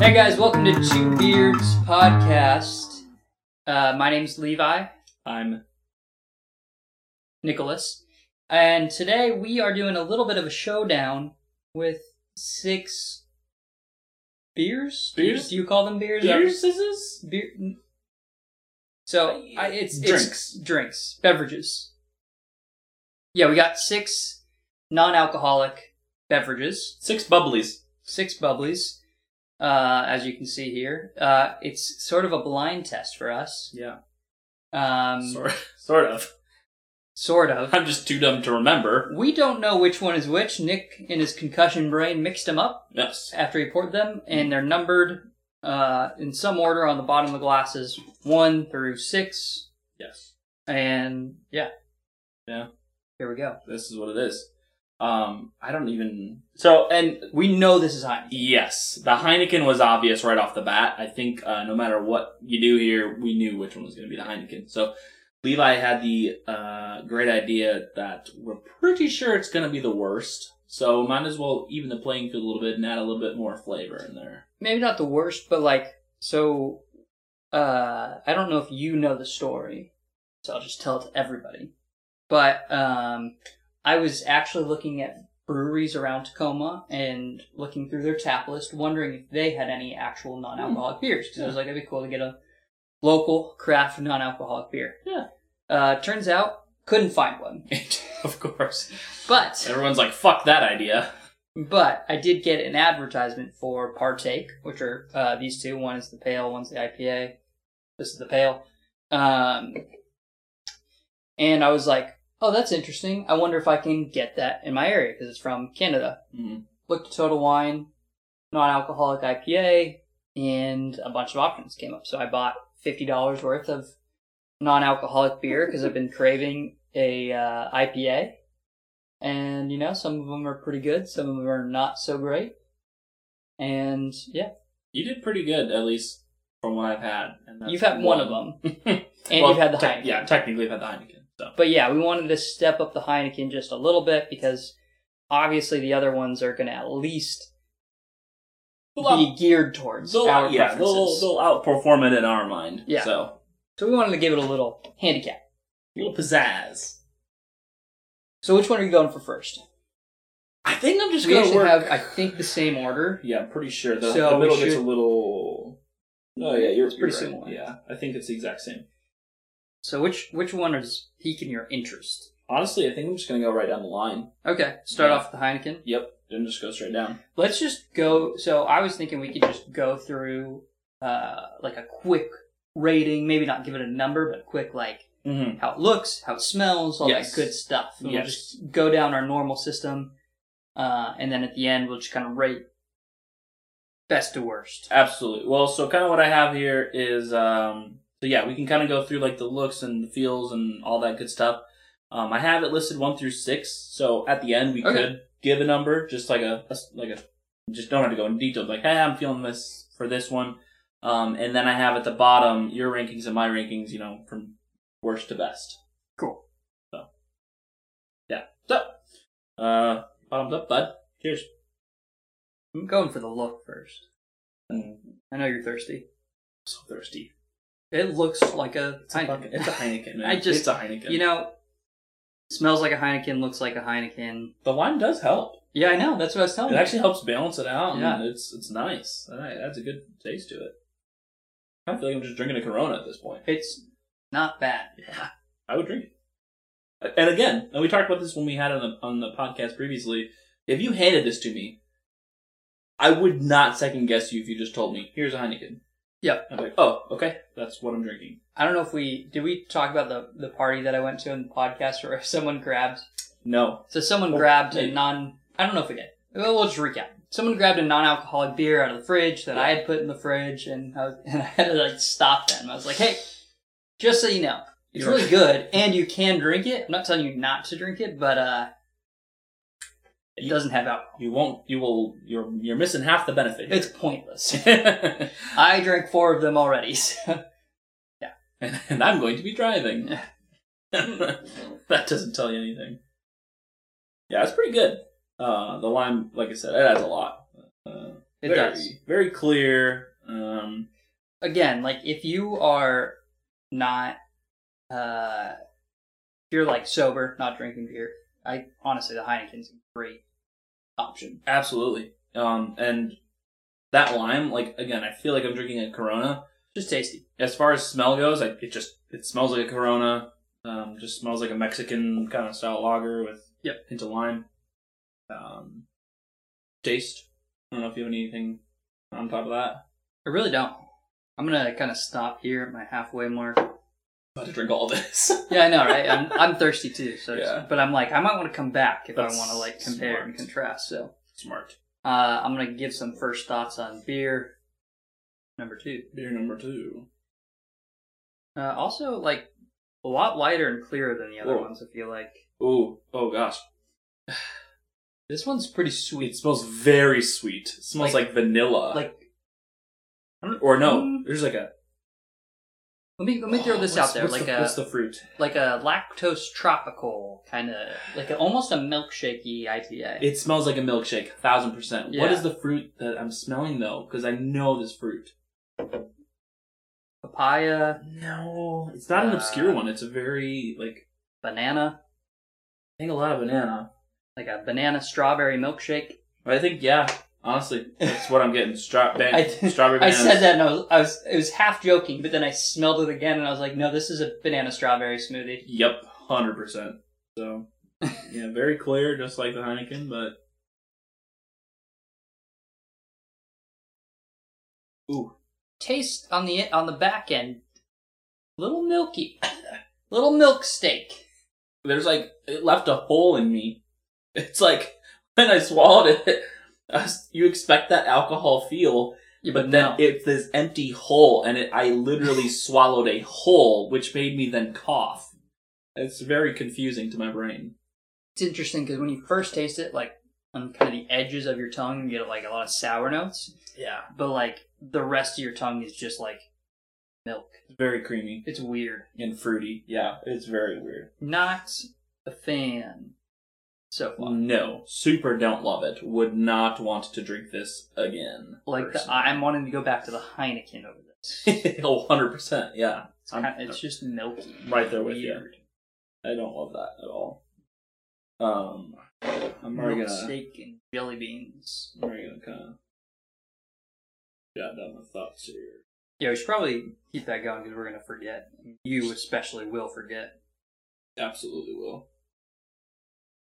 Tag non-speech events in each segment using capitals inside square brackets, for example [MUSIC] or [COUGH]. Hey guys, welcome to Two Beards Podcast. Uh, my name's Levi I'm Nicholas, and today we are doing a little bit of a showdown with six beers. Beers? Do you call them beers? beers. Is this? Beer. So I, it's Drinks. it's drinks, beverages. Yeah, we got six non-alcoholic beverages. six bubblies. six bubblies, uh, as you can see here. Uh, it's sort of a blind test for us. Yeah, Um, sort sort of. sort of. I'm just too dumb to remember. We don't know which one is which. Nick, in his concussion brain, mixed them up Yes. after he poured them, and they're numbered uh, in some order on the bottom of the glasses, one through six. Yes. And yeah. Yeah. Here we go. This is what it is. Um, I don't even. So and We know this is high. yes, the Heineken was obvious right off the bat. I think uh, no matter what you do here, we knew which one was going to be the Heineken. So Levi had the uh, great idea that we're pretty sure it's going to be the worst. So might as well even the playing field a little bit and add a little bit more flavor in there. [LAUGHS] Maybe not the worst, but like, so uh, I don't know if you know the story, so I'll just tell it to everybody. But um, I was actually looking at breweries around Tacoma and looking through their tap list, wondering if they had any actual non-alcoholic beers. Because I was like, it'd be cool to get a local craft non-alcoholic beer. Yeah. Uh, turns out, couldn't find one. of course. But Everyone's like, fuck that idea. but I did get an advertisement for Partake, which are uh, these two. One is the pale, one's the IPA. This is the pale. Um, and I was like, oh, that's interesting. I wonder if I can get that in my area because it's from Canada. Mm. Looked at Total Wine, non-alcoholic IPA, and a bunch of options came up. So I bought fifty dollars worth of non-alcoholic beer [LAUGHS] because I've been craving a uh, IPA, and you know some of them are pretty good, some of them are not so great, and yeah, You did pretty good, at least from what I've had. And that's you've had one, of them, and [LAUGHS] and you've had the Heineken. Yeah, technically I've had the Heineken. So But yeah, we wanted to step up the Heineken just a little bit because obviously the other ones are going to at least be geared towards they'll, our yeah, preferences. they'll, they'll outperform it in our mind. Yeah. So So we wanted to give it a little handicap. a little pizzazz. So which one are you going for first? I think I'm just we gonna actually work. have, I think, the same order. yeah, I'm pretty sure the, So the we middle gets a should- little. Oh yeah, you're It's pretty you're right. similar. Yeah, I think it's the exact same. So which which one is piquing your interest? Honestly, I think I'm just gonna go right down the line. Okay, start Yeah. off with the Heineken. Yep, and just go straight down. Let's just go. So I was thinking we could just go through uh, like a quick rating, maybe not give it a number, but quick like Mm-hmm. how it looks, how it smells, all Yes. that good stuff. And Yes. We'll just go down our normal system, uh, and then at the end we'll just kind of rate best to worst. Absolutely. Well, so kind of what I have here is, um, so yeah, we can kind of go through like the looks and the feels and all that good stuff. Um, I have it listed one through six, so at the end we Okay. could give a number, just like a, a s- like a, just don't have to go in detail. Like, hey, I'm feeling this for this one. Um, and then I have at the bottom your rankings and my rankings, you know, from worst to best. Cool. So, yeah. So, uh, bottoms up, bud. Cheers. I'm going for the look first. Mm, I know you're thirsty. so thirsty. It looks like a It's a, Heineken. fucking- it's a Heineken, man. I just- it's a Heineken. You know, smells like a Heineken, looks like a Heineken. the wine does help. Yeah, I know. That's what I was telling It you. actually helps balance it out. and Oh. Yeah. it's it's nice. All right, that's a good taste to it. I feel like I'm just drinking a Corona at this point. it's not bad. Yeah, I would drink it. And again, and we talked about this when we had it on the on the podcast previously. If you handed this to me, I would not second guess you if you just told me, "Here's a Heineken." Yep. I'm like, "Oh, okay, that's what I'm drinking." I don't know if we did we talk about the the party that I went to in the podcast where [LAUGHS] someone grabbed No, so someone Oh, grabbed a maybe. non I don't know if we did. Well, we'll just recap. Someone grabbed a non-alcoholic beer out of the fridge that I had put in the fridge, and I was, [LAUGHS] and I had to like stop them. I was like, "Hey, just so you know, it's You're- really good, and you can drink it. I'm not telling you not to drink it, but uh, it You- doesn't have alcohol. you won't. You will. You're you're missing half the benefit. [LAUGHS] It's pointless." here. I drank four of them already. [LAUGHS] So. [LAUGHS] and, and I'm going to be driving. [LAUGHS] that doesn't tell you anything. Yeah, it's pretty good. Uh, the lime, like I said, it adds a lot. Uh, It very, does. Very clear. Um, Again, like if you are not, uh, if you're like sober, not drinking beer. I honestly, the Heineken's a great option. absolutely. Um, and that lime, like again, I feel like I'm drinking a Corona. Just tasty. As far as smell goes, I, it just it smells like a Corona. Um, just smells like a Mexican kind of stout lager with Yep. hint of lime. Um, taste. I don't know if you have anything on top of that. I really don't. I'm gonna kind of stop here at my halfway mark. about to drink all [LAUGHS] this. Yeah, I know, right? I'm I'm thirsty too. So, Yeah. but I'm like, I might want to come back if That's I want to like compare and smart. contrast. So, Smart. uh, I'm gonna give some first thoughts on beer. Number two, Beer number two. uh, also like a lot lighter and clearer than the other Whoa. ones. I feel like Ooh, oh gosh. this one's pretty sweet. It smells very sweet. It smells like, Like- vanilla. Like, I don't- or no, Mm, there's like a. let me let me throw this Oh, What's- out there, what's like the, a what's the fruit? like a lactose tropical kind of like a, almost a milkshakey IPA. It smells like a milkshake, thousand percent. What Yeah. is the fruit that I'm smelling though? Because I know this fruit. Papaya, No, it's not an Uh, obscure one. It's a very like banana, I think a lot of banana. like a banana strawberry milkshake. But I think yeah, [LAUGHS] honestly, that's what I'm getting. Stra- ban- I- strawberry. I Bananas. said that and I was, I was it was half joking, but then I smelled it again and I was like, no, this is a banana strawberry smoothie. Yep, hundred percent. So yeah, very clear, just like the Heineken, but ooh, Taste on the on the back end, little milky, [LAUGHS] little milk steak. there's like it left a hole in me. It's like when I swallowed it, [LAUGHS] I was- you expect that alcohol feel, Yeah, but then it's this empty hole, and it, [LAUGHS] I literally swallowed a hole, which made me then cough. It's very confusing to my brain. it's interesting because when you first taste it, like on kind of the edges of your tongue, you get like a lot of sour notes, Yeah, but like the rest of your tongue is just like milk. very creamy It's weird. and fruity. Yeah, it's very weird. Not a fan so far. No, super don't love it. Would not want to drink this again. Like the, I'm wanting to go back to the Heineken over this. [LAUGHS] oh, 100%. Yeah. It's, I'm- kind of, it's just milky. Right there with you. Weird. I don't love that at all. Um, I'm already Milk gonna, steak and jelly beans. I'm already gonna kind of jot down my thoughts here. Yeah, we should probably keep that going because we're gonna forget. You especially will forget. Absolutely will.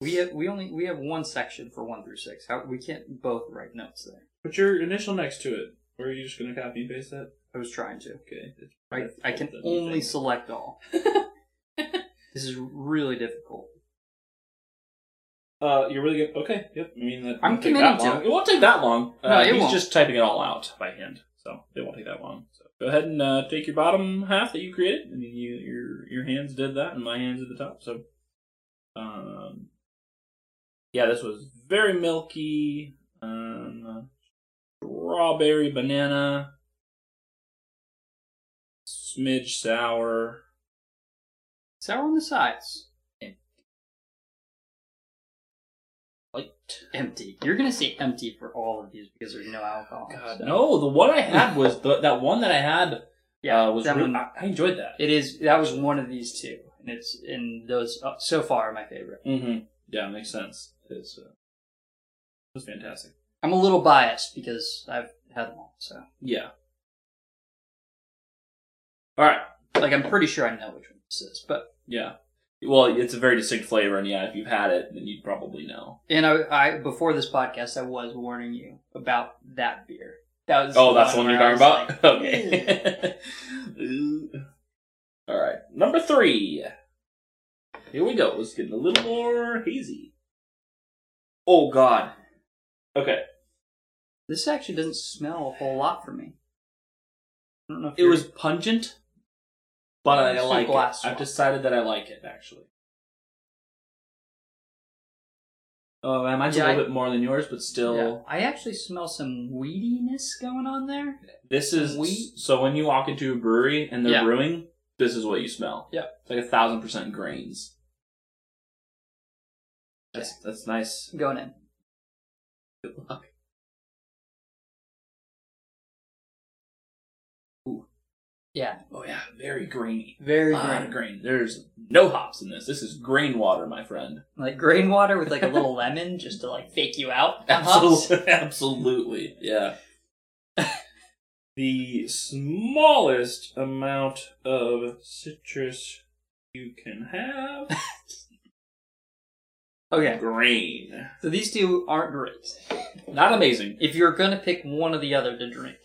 We have we only we have one section for one through six. How we can't both write notes there. Put your initial next to it. Or are you just gonna copy and paste that? I was trying to. Okay. It's I I can That's only anything. select [LAUGHS] all. This is really difficult. Uh, you're really good. Okay. Yep. I mean, that I'm won't take that committed to long. it. It won't take that long. No, uh, it he's won't. just typing it all out by hand, so it won't take that long. So go ahead and uh, take your bottom half that you created. I mean, you, your your hands did that, and my hands did the top. So, um, yeah, this was very milky, um, strawberry, banana, smidge sour. Sour on the sides. Like, Empty. You're gonna say empty for all of these because there's no alcohol. God, so- no! The one I had was the, that one that I had. Yeah, uh, was that really- one- I, I enjoyed that. It is that was one of these two, and it's and those uh, so far are my favorite. Mm-hmm. Yeah, makes sense. It's uh, it was fantastic. I'm a little biased because I've had them all, so Yeah. All right. like I'm pretty sure I know which one this is. But Yeah. Well, it's a very distinct flavor, and yeah, if you've had it, then you'd probably know. and I, I before this podcast, I was warning you about that beer. That was Oh, that's the one you're where talking I was about. like, okay. [LAUGHS] All right, number three. Here we go. It's getting a little more hazy. Oh God. Okay. This actually doesn't smell a whole lot for me. I don't know. If It you're- was pungent, but I It's like like it. glass I've swap. decided that I like it actually. Oh, man, mine's Yeah, a little I- bit more than yours, but still, Yeah, I actually smell some weediness going on there. this is Wheat? so. When you walk into a brewery and they're Yeah. brewing, this is what you smell. Yeah. it's like a thousand percent grains. That's that's nice. Going in. Good luck. Yeah. Oh yeah, very grainy. Very A lot grainy. of grain. There's no hops in this. This is grain water, my friend. Like grain water with like a little [LAUGHS] lemon just to like fake you out. [LAUGHS] Hops. Absolutely, absolutely, yeah. [LAUGHS] the smallest amount of citrus you can have. [LAUGHS] [LAUGHS] Okay. Grain. So these two aren't great. Not amazing. If you're gonna pick one or the other to drink,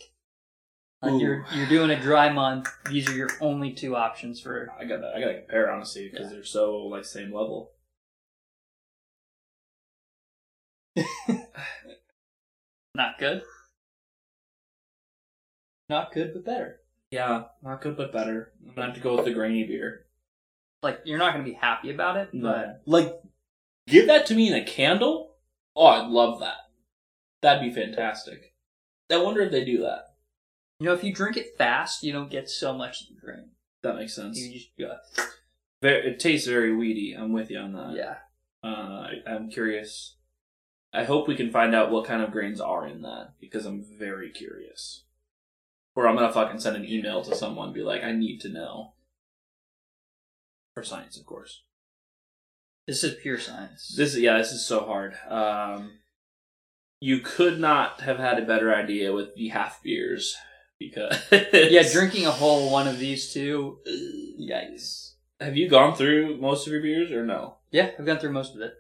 like you're Ooh. you're doing a dry month, these are your only two options for. I gotta, I gotta compare honestly because they're so like same [LAUGHS] level. Not good. Not good, but better. Yeah, not good but better. I'm gonna have to go with the grainy beer. Like you're not gonna be happy about it, but like, give that to me in a candle. Oh, I'd love that. That'd be fantastic. I wonder if they do that. you know if you drink it fast, you don't get so much to drink. That makes sense. You just go, Very, it tastes very weedy. I'm with you on that. yeah. Uh, I, I'm curious. I hope we can find out what kind of grains are in that because I'm very curious. Or I'm gonna fucking send an email to someone and be like, I need to know. For science, of course. This is pure science. This yeah, this is so hard. Um, you could not have had a better idea with the half beers because yeah, drinking a whole one of these two. [LAUGHS] Yikes! Have you gone through most of your beers or no? Yeah, I've gone through most of it.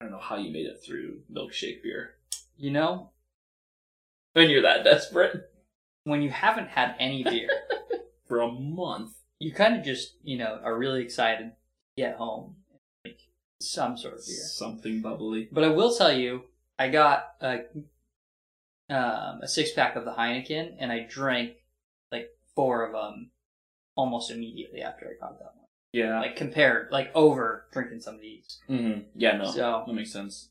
I don't know how you made it through milkshake beer. You know, When you're that desperate when you haven't had [LAUGHS] any beer, for a month. you kind of just you know are really excited to get home, like some sort of beer. Something bubbly. But I will tell you, I got a um, a six pack of the Heineken, and I drank like four of them almost immediately after I got that one. Yeah. Like compared, like over drinking some of these. hmm Yeah, no. So- that makes sense.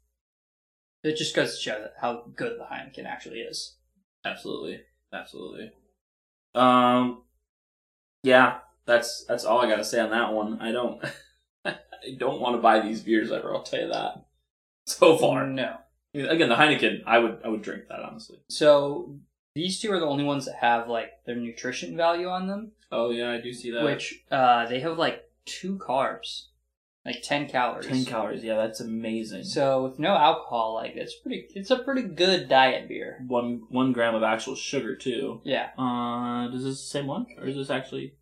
It just goes to show that how good the Heineken actually is. Absolutely. Absolutely. Um Yeah, that's that's all I gotta say on that one. I don't [LAUGHS] I don't want to buy these beers ever, I'll tell you that. So far. No. I mean, Again, the Heineken, I would I would drink that honestly. So these two are the only ones that have like their nutrition value on them, Oh yeah, I do see that. which uh, they have like two carbs, like ten calories. ten calories, yeah, that's amazing. So with no alcohol, like it's pretty. It's a pretty good diet beer. one one gram of actual sugar too. Yeah, Uh, is this the same one, or is this actually?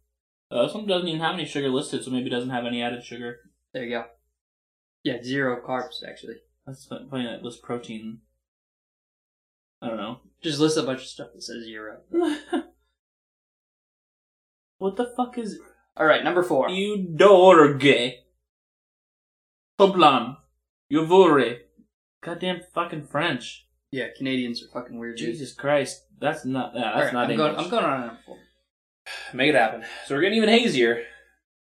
Uh, this one doesn't even have any sugar listed, so maybe it doesn't have any added sugar. there you go. Yeah, zero carbs actually. That's fu- funny that list protein. I don't Just list a bunch of stuff that says zero. [LAUGHS] know. what the fuck is All right, number four. you dorge? Toblan, Yovore. Goddamn fucking French. Yeah, Canadians are fucking weird. dude. Jesus Christ, that's not yeah, All right, that's not I'm English. going. I'm going on number four. Make it happen. So we're getting even hazier.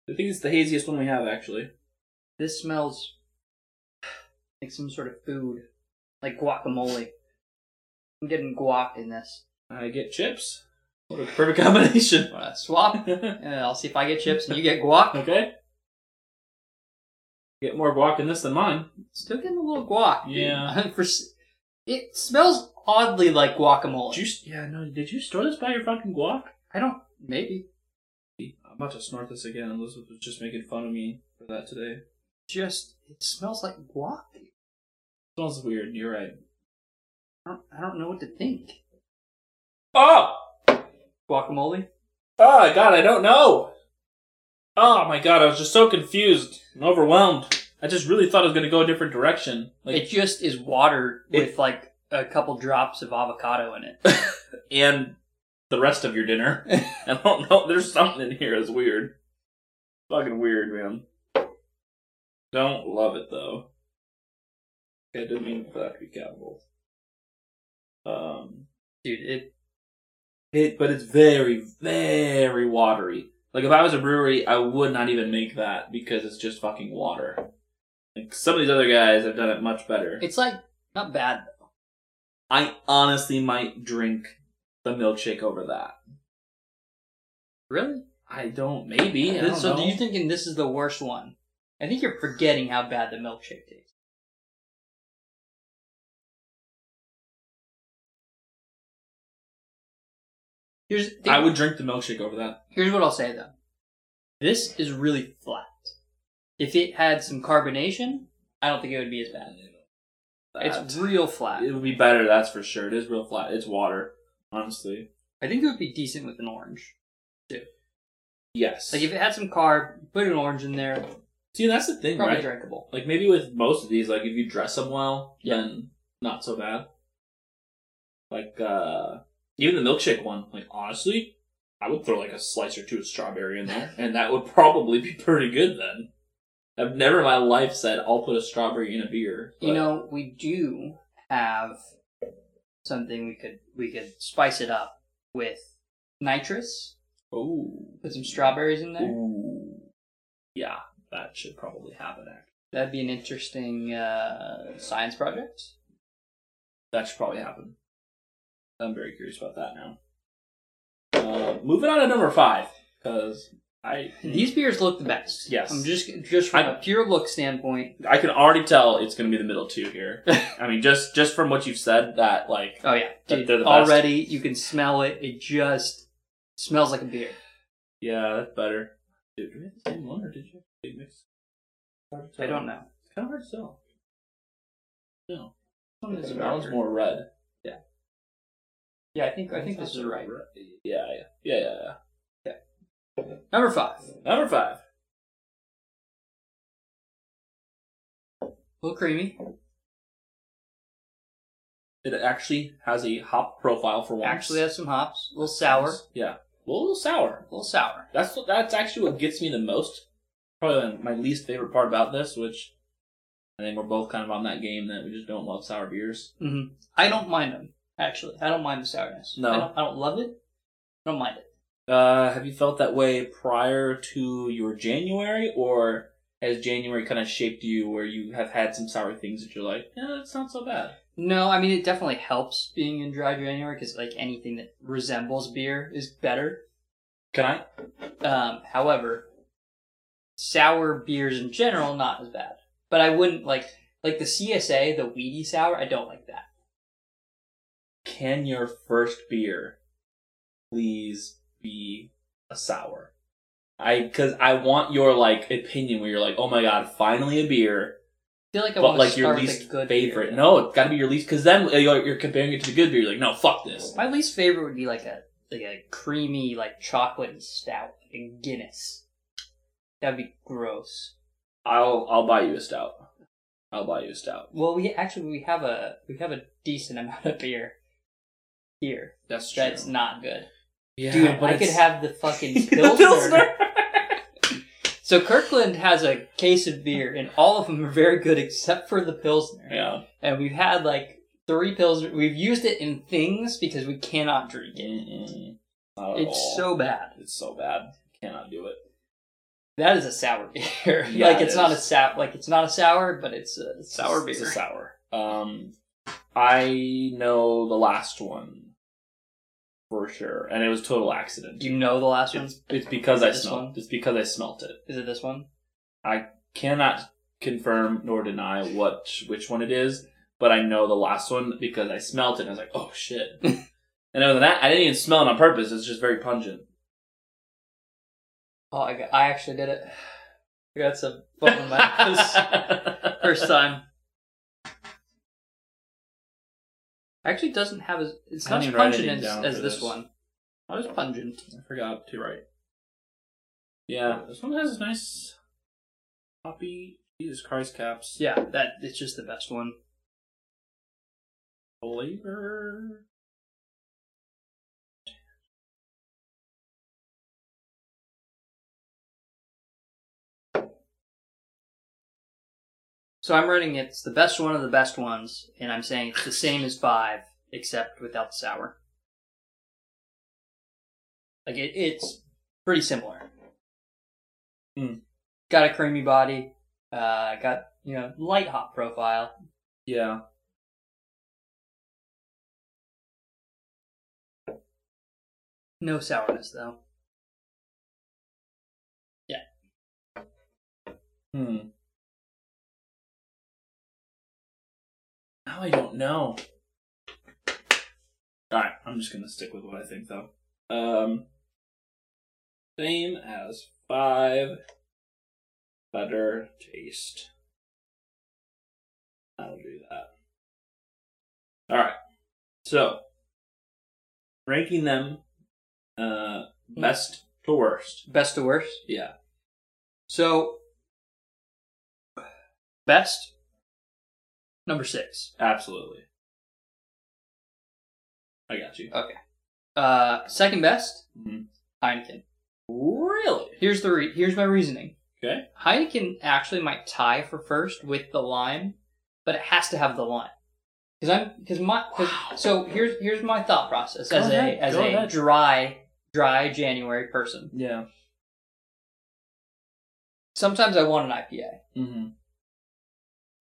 I think it's the haziest one we have actually. This smells like some sort of food, like guacamole. I'm getting guac in this. I get chips. What a perfect [LAUGHS] combination. Wanna [LAUGHS] swap? okay. Uh, I'll see if I get chips and you get guac. Get more guac in this than mine. Still getting a little guac. dude. Yeah. [LAUGHS] For s- it smells oddly like guacamole. Did you? Yeah, no. Did you store this by your fucking guac? I don't. Maybe. Uh, I'm about to snort this again. Elizabeth was just making fun of me for that today. Just it smells like guac. Smells weird. You're right. I don't, I don't know what to think. Oh, Guacamole. oh God, I don't know. Oh my God, I was just so confused and overwhelmed. I just really thought it was gonna go a different direction. it just is water It- with like a couple drops of avocado in it. and the rest of your dinner. I don't know. There's something in here that's weird. Fucking weird, man. Don't love it though. I didn't mean for that to be capital. Um, Dude, it it, but it's very, very watery. Like if I was a brewery, I would not even make that because it's just fucking water. Like some of these other guys have done it much better. it's like not bad. I honestly might drink the milkshake over that. Really? I don't. Maybe. I don't so do know. you thinking this is the worst one? I think you're forgetting how bad the milkshake tastes. Here's I would drink the milkshake over that. Here's what I'll say though. This is really flat. If it had some carbonation, I don't think it would be as bad. It's That- real flat. it would be better. That's for sure. It is real flat. It's water, honestly. I think it would be decent with an orange. Yes. Like if it had some carb, put an orange in there, See, that's the thing, probably right? drinkable. Like maybe with most of these, like if you dress them well, Yeah. then not so bad. Like uh even the milkshake one, like honestly, I would throw like a slice or two of strawberry in there, and that would [LAUGHS] probably be pretty good then. I've never in my life said I'll put a strawberry in a beer. You but- know, we do have something we could we could spice it up with nitrous. Ooh. Put some strawberries in there. Ooh. Yeah, that should probably happen actually. That'd be an interesting uh, science project. That should probably happen. I'm very curious about that now. Uh, moving on to number five, because [LAUGHS] I These beers look the best. Yes. I'm just just from I- a pure look standpoint. I can already tell it's going to be the middle two [LAUGHS] here. I mean, just just from what you've said, that like Oh yeah, That Dude, they're the best. already you can smell it. It just smells like a beer. yeah, that's better. Dude, did we have the same one or did you have a big mix? I don't know. It's kind of hard to tell. No, This one is that one's darker. more red. Yeah, I think I think this is right. Yeah, yeah, yeah, yeah. yeah. Number five, Number five. a little creamy. It actually has a hop profile for once. Actually has some hops. A little sour. A Yeah, a little sour. little sour. That's what- that's actually what gets me the most. Probably my least favorite part about this, which I think we're both kind of on that game that we just don't love sour beers. hmm I don't mind them actually. I don't mind the sourness. No. I don't, I don't love it. I don't mind it. Uh, have you felt that way prior to your January, or has January kind of shaped you where you have had some sour things that you're like, eh, it's not so bad? No, I mean it definitely helps being in dry January because like anything that resembles beer is better. Can I? Um, however, sour beers in general not as bad. But I wouldn't like like the CSA, the weedy sour. I don't like that. Can your first beer please be a sour? I because I want your like opinion where you're like, oh my god, finally a beer I feel like I but want like to your start least with a good favorite. Beer. No, it's got to be your least because then uh, you're, you're comparing it to the good beer. You're like, no, fuck this. My least favorite would be like a like a creamy like chocolate and stout and Guinness. That'd be gross. I'll I'll buy you a stout. I'll buy you a stout. Well, we actually we have a we have a decent amount of beer here That's that's not good. yeah, Dude, I could have the fucking pilsner. [LAUGHS] So Kirkland has a case of beer, and all of them are very good except for the Pilsner. yeah, And we've had like three Pilsner. We've used it in things because we cannot drink it. Mm-mm. Not at It's all. so bad. it's so bad. Cannot do it. That is a sour [LAUGHS] beer. Yeah, like it it's not a is. sour. Like it's not a sour, but it's a sour beer. It's a sour. Um, I know the last one for sure, and it was total accident. Do you know the last one? It's, it's because Is it I this smelled. one? It's because I smelt it. Is it this one? cannot confirm nor deny what which one it is, but I know the last one because I smelt it and I was like, oh shit. [LAUGHS] and other than that, I didn't even smell it on purpose. It's just very pungent. Oh, I, got, I actually did it. [SIGHS] I got some fucking [LAUGHS] mouth. First time. Actually, doesn't have as it's I not as didn't write pungent anything as, down as for this this. one. Not as pungent. I forgot to write. Yeah, this one has nice hoppy. Jesus Christ, caps. Yeah, that it's just the best one. Flavor. So I'm rating it's the best one of the best ones, and I'm saying it's the same as five, except without the sour. Like it, it's pretty similar. Hmm. Got a creamy body. Uh, got you know light hop profile. Yeah. No sourness though. Hmm. Now I don't know. All right, I'm just gonna stick with what I think though. Um, same as five. Better taste. I'll do that. All right. So, ranking them, uh, best to worst. Best to worst. Yeah. So, best number six. Absolutely. I got you. Uh, second best Mhm. Heineken. Really? Here's the re- here's my reasoning. Okay. Heineken actually might tie for first with the lime, but it has to have the lime. Because I'm because my cause, Wow. so here's here's my thought process Go as ahead, a as go a ahead. dry dry January person. Yeah. Sometimes I want an IPA, Mm-hmm.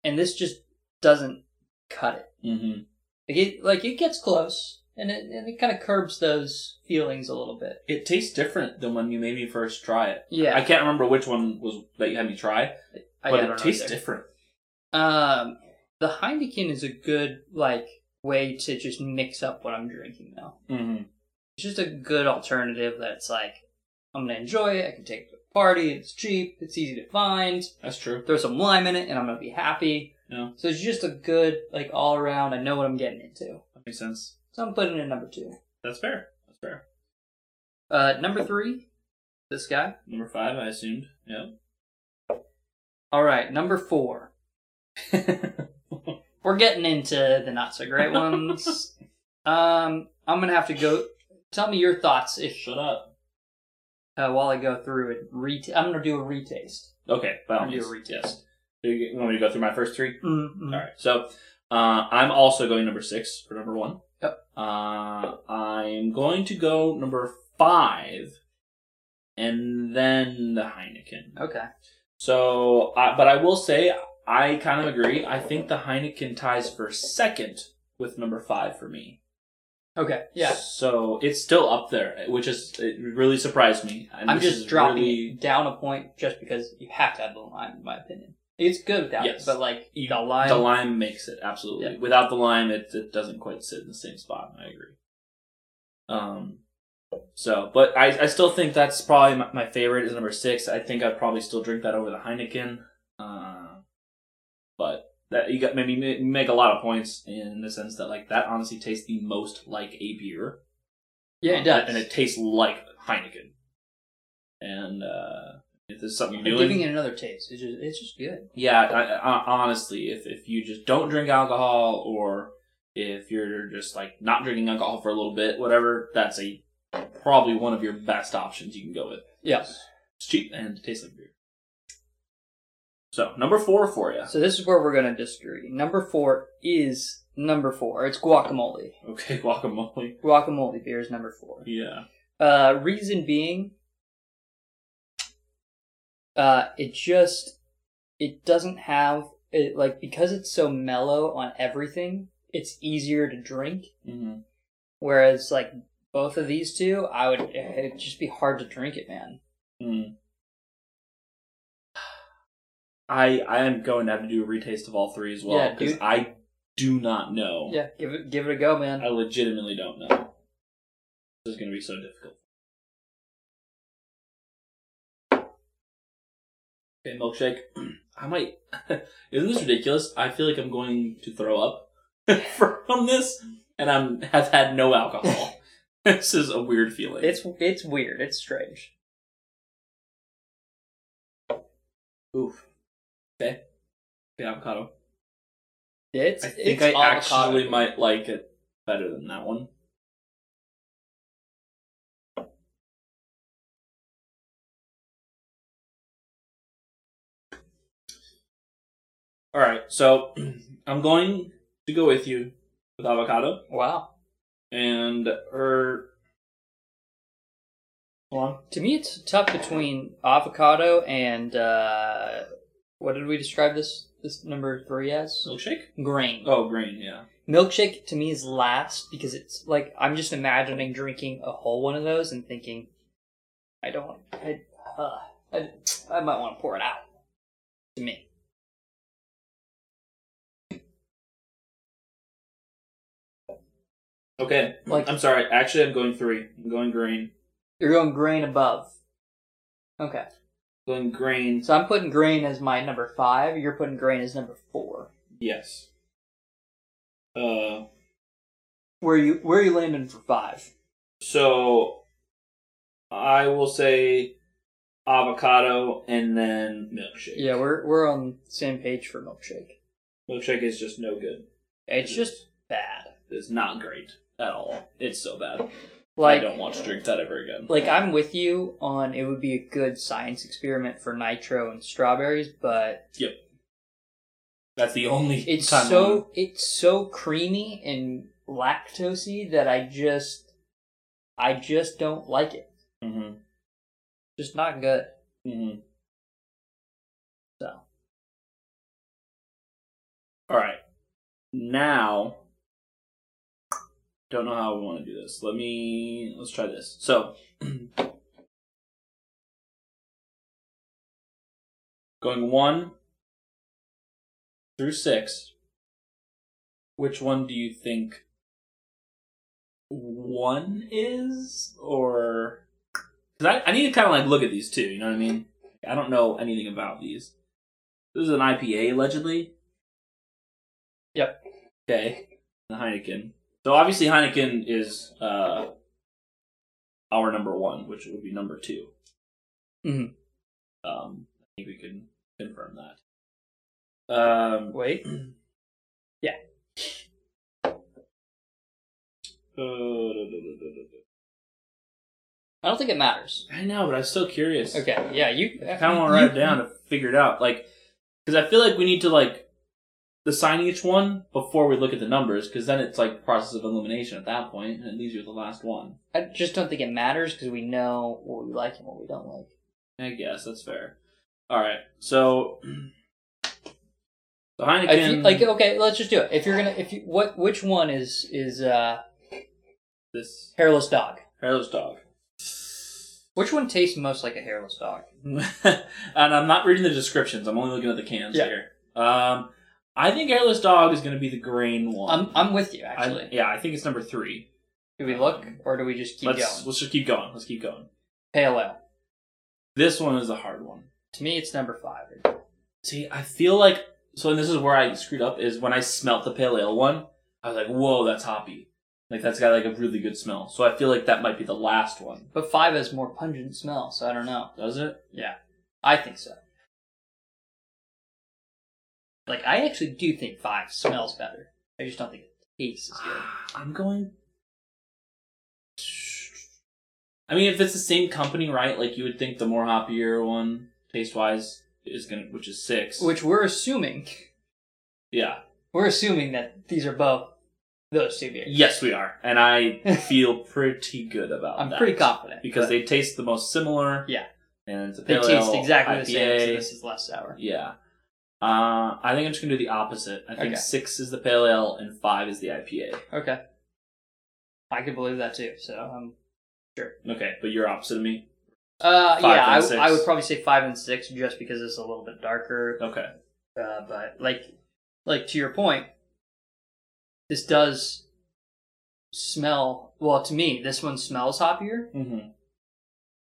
and this just doesn't cut it. Mm-hmm. Like it, like it gets close, and it and it kind of curbs those feelings a little bit. It tastes different than when you made me first try it. Yeah, I can't remember which one was that you had me try, I- I but don't know it tastes either. different. Um, the Heineken is a good like way to just mix up what I'm drinking now. Mm-hmm. It's just a good alternative that's like I'm gonna enjoy it. I can take it to a party. It's cheap. It's easy to find. That's true. Throw some lime in it, and I'm gonna be happy. Yeah. So it's just a good like all around. I know what I'm getting into. That makes sense. So I'm putting it at number two. That's fair. That's fair. Uh, number three, this guy. Number five, I assumed. [LAUGHS] All right, number four. Yep. we're getting into the not so great ones. um, I'm gonna have to go. Tell me your thoughts if Shut up. uh, while I go through it. Ret- I'm gonna do a retaste. Okay, by all I'm gonna means. do a retaste. Yes. Do you want me to go through my first three? Mm-hmm. All right. So uh, I'm also going number six for number one. Yep. Uh, I'm going to go number five, and then the Heineken. Okay. So, uh, but I will say I kind of agree. I think the Heineken ties for second with number five for me. Okay. Yeah. So it's still up there, which is it really surprised me. And I'm this just is dropping really- it down a point just because you have to have the lime, in my opinion. It's good without Yes. it, but like the lime. The lime makes it absolutely. Yeah. Without the lime, it, it doesn't quite sit in the same spot. I agree. Um, so, but I, I still think that's probably my, my favorite is number six. I think I'd probably still drink that over the Heineken. Uh, but that you got maybe you make a lot of points in the sense that like that honestly tastes the most like a beer. yeah, Uh, it does. and it tastes like Heineken. And uh, if there's something I'm doing, giving it another taste. It's just, it's just good. yeah, I, I, honestly, if if you just don't drink alcohol, or if you're just like not drinking alcohol for a little bit, whatever, that's a probably one of your best options you can go with. Yes. It's cheap and it tastes like beer. So number four for you. So this is where we're gonna disagree. Number four is number four. It's guacamole. [LAUGHS] Okay, guacamole. Guacamole beer is number four. Yeah. Uh, reason being, uh, it just it doesn't have it like because it's so mellow on everything. It's easier to drink, Mm-hmm. whereas like both of these two, I would it'd just be hard to drink it, man. I I am going to have to do a retaste of all three as well Yeah, because dude. I do not know. Yeah, give it give it a go, man. I legitimately don't know. This is going to be so difficult. Okay, milkshake. [CLEARS THROAT] I might. [LAUGHS] Isn't this ridiculous? I feel like I'm going to throw up [LAUGHS] from this, and I'm have had no alcohol. [LAUGHS] this is a weird feeling. It's it's weird. It's strange. oof. Okay. The avocado. It's I think it's I avocado. actually might like it better than that one. All right, so [CLEARS THROAT] I'm going to go with you with avocado wow. and er. Hold on. To me, it's tough between avocado and uh, what did we describe this this number three as? Milkshake? Grain. Oh, green, yeah. Milkshake to me is last because it's like I'm just imagining drinking a whole one of those and thinking, I don't want, I, uh, I, I might want to pour it out. To me, Okay. Like- I'm sorry. Actually, I'm going three. I'm going green. You're going grain above. Okay. Going green. So I'm putting grain as my number five. You're putting grain as number four. Yes. Uh. Where you where are you landing for five? So, I will say avocado and then milkshake. Yeah, we're we're on the same page for milkshake. milkshake is just no good. It's just bad. It's not great at all. It's so bad. I Like don't want to drink that ever again. like I'm with you on it would be a good science experiment for nitro and strawberries, but That's the only. it's time so it's so creamy and lactosey that I just I just don't like it. hmm Just not good. hmm So All right. Now, don't know how we want to do this. Let me let's try this. So, [CLEARS THROAT] going one through six. Which one do you think one is, or because I, I need to kind of like look at these two. You know what I mean? I don't know anything about these. This is an IPA allegedly. Okay. The Heineken. So obviously Heineken is uh our number one, which would be number 2 Mhm. Um I think we can confirm that. Um wait. I I don't think it matters. know, but I'm still curious. Okay, yeah, you I kinda wanna write it down to figure it out. Like because I feel like we need to like assign each one before we look at the numbers, because then it's like process of elimination at that point, and it leaves you with the last one. I just don't think it matters because we know what we like and what we don't like. I guess that's fair. All right, so [CLEARS THROAT] the I feel- Heineken, like okay, let's just do it. If you're gonna, if you, what, which one is is uh this hairless dog? hairless dog, [LAUGHS] Which one tastes most like a hairless dog? and I'm not reading the descriptions. I'm only looking at the cans Yeah. here. Um, I think hairless dog is going to be the grain one. I'm I'm with you I- actually. yeah, I think it's number three. do we look or do we just keep let's going? let's just keep going. Let's keep going. Pale ale. This one is the hard one. To me, it's number five. See, I feel like so, and this is where I screwed up is when I smelt the pale ale one. I was like, "Whoa, that's hoppy! Like that's got like a really good smell." So I feel like that might be the last one. But five has more pungent smell, so I don't know. Does it? Yeah, I think so. Like I actually do think five smells better. I just don't think it tastes as good. [SIGHS] I'm going. I mean, if it's the same company, right? Like you would think the more hoppier one, taste wise, is gonna, which is six. Which we're assuming. yeah. We're assuming that these are both those two beers. Yes, we are, [LAUGHS] and I feel pretty good about I'm that. pretty confident because they taste the most similar. Yeah. and it's a they pale taste ale, exactly the same. IPA. So this is less sour. Yeah. Uh, I think I'm just gonna do the opposite. I think Okay. six is the pale ale and five is the IPA. Okay, I could believe that too. So um, Okay, but you're opposite of me. uh, Five yeah, I, and six. I would probably say five and six just because it's a little bit darker. Okay. Uh, but like, like to your point, this does smell well to me. This one smells hoppier. Mm-hmm.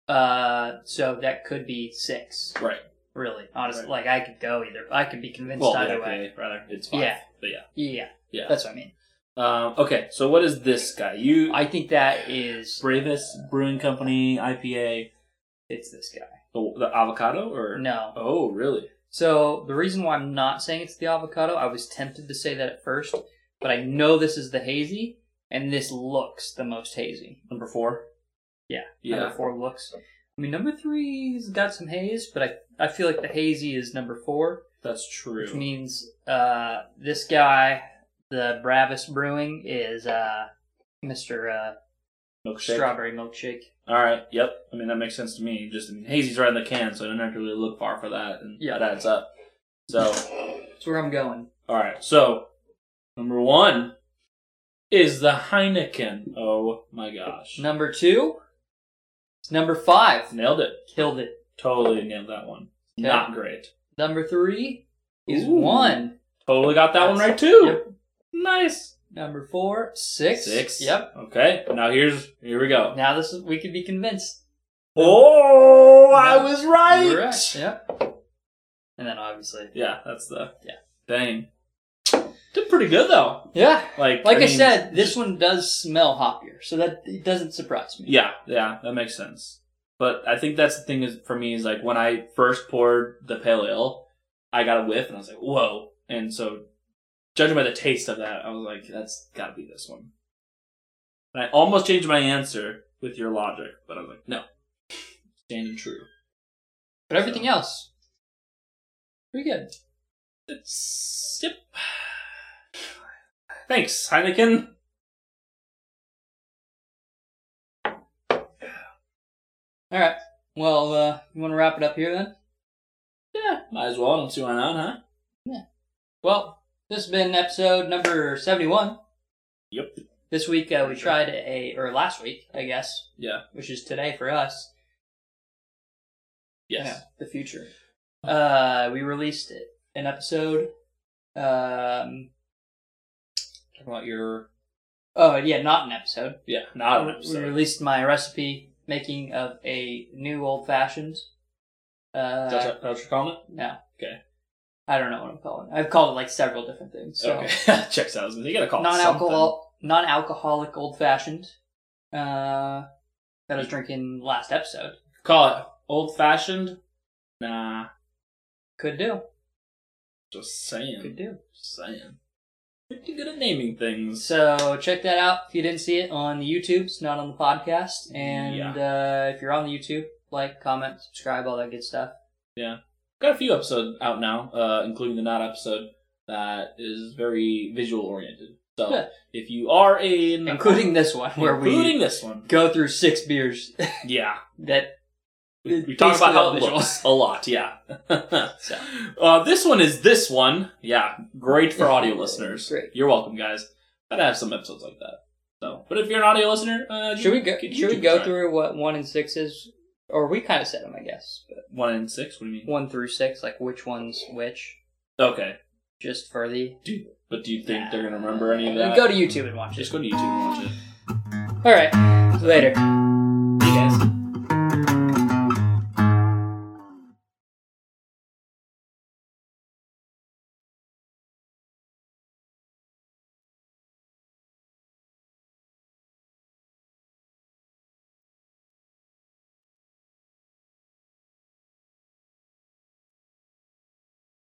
Uh, so that could be six. Right. Really, honestly, Right. like I could go either. I could be convinced Well, the either way. IPA rather. It's five. Yeah. But yeah. Yeah, Yeah. that's what I mean. Um, okay, so what is this guy? You I think that is Bravis Brewing Company IPA, it's this guy. the, the avocado or No. Oh, really? So the reason why I'm not saying it's the avocado, I was tempted to say that at first, but I know this is the hazy, and this looks the most hazy. Number four. Yeah. Yeah. Number four looks. I mean, number three's got some haze, but I I feel like the hazy is number four, That's true. which means uh this guy, the Bravis Brewing, is uh Mister uh, Milkshake. Strawberry Milkshake. All right. Yep. I mean that makes sense to me. Just I mean, hazy's right in the can, so I don't have to really look far for that, and Yeah. that adds up. So, That's where I'm going. all right. So, number one is the Heineken. Oh my gosh! Number two, it's number five. Nailed it. Killed it. Totally nailed that one. Okay. Not great. Number three is Ooh. one. Totally got that one That's- right too. Yep. Nice. Number four, six. Six. Yep. Okay. Now here's here we go. Now this is we could be convinced. Oh, I No. was right. You're right. Yep. And then obviously, Yeah, that's the Yeah. Dang, did pretty good though. yeah. Like Like I, mean, said, this one does smell hoppier, so that it doesn't surprise me. Yeah, yeah, that makes sense. But I think that's the thing is for me is like when I first poured the pale ale, I got a whiff and I was like, whoa. And so, judging by the taste of that, I was like, that's got to be this one. And I almost changed my answer with your logic, but I was like, no, standing true. But everything else, pretty good. It's, yep. Thanks, Heineken. All right. Well, uh, you want to wrap it up here then? Yeah, might as well. I don't see why not, huh? Well, this has been episode number seventy-one. Yep. This week uh, we tried a, or last week, I guess, Yeah. which is today for us. Yes. Yeah, the future. Uh, we released it, an episode. Um, Talking about your oh yeah, not an episode. yeah, not an We episode. released my recipe making of a new old fashioned. Uh, That's what, that's what you're calling it? no. Okay. I don't know what I'm calling. it. I've called it like several different things. So [LAUGHS] okay. Checks out. I was gonna say, You gotta call it something. [LAUGHS] non-alcohol, non-alcoholic old fashioned. Uh, that I Mm. was drinking last episode. Call it old fashioned. Nah, Could do. just saying. Could do. Just saying. Pretty good at naming things. So check that out if you didn't see it on the YouTube. It's not on the podcast. And Yeah. uh, if you're on the YouTube, like, comment, subscribe, all that good stuff. Got a few episodes out now, uh, including the not episode that is very visual oriented. So Yeah. if you are in [LAUGHS] Including this one where including we this one, go through six beers [LAUGHS] yeah, that we, we It's talk about how it basically all looks a lot. Yeah. [LAUGHS] so, Uh, this one is this one. Yeah, great [LAUGHS] for audio listeners. Great. You're welcome, guys. Gotta have some episodes like that. So, but if you're an audio listener, uh, should we go give should we YouTube a go try. through what one and six is? Or we kinda said them I guess. But one and six? What do you mean? one through six, like which one's which, Okay, just for the but do you think they're gonna remember any of that? Go to YouTube and watch Just it. go to YouTube and watch it. Alright. Later.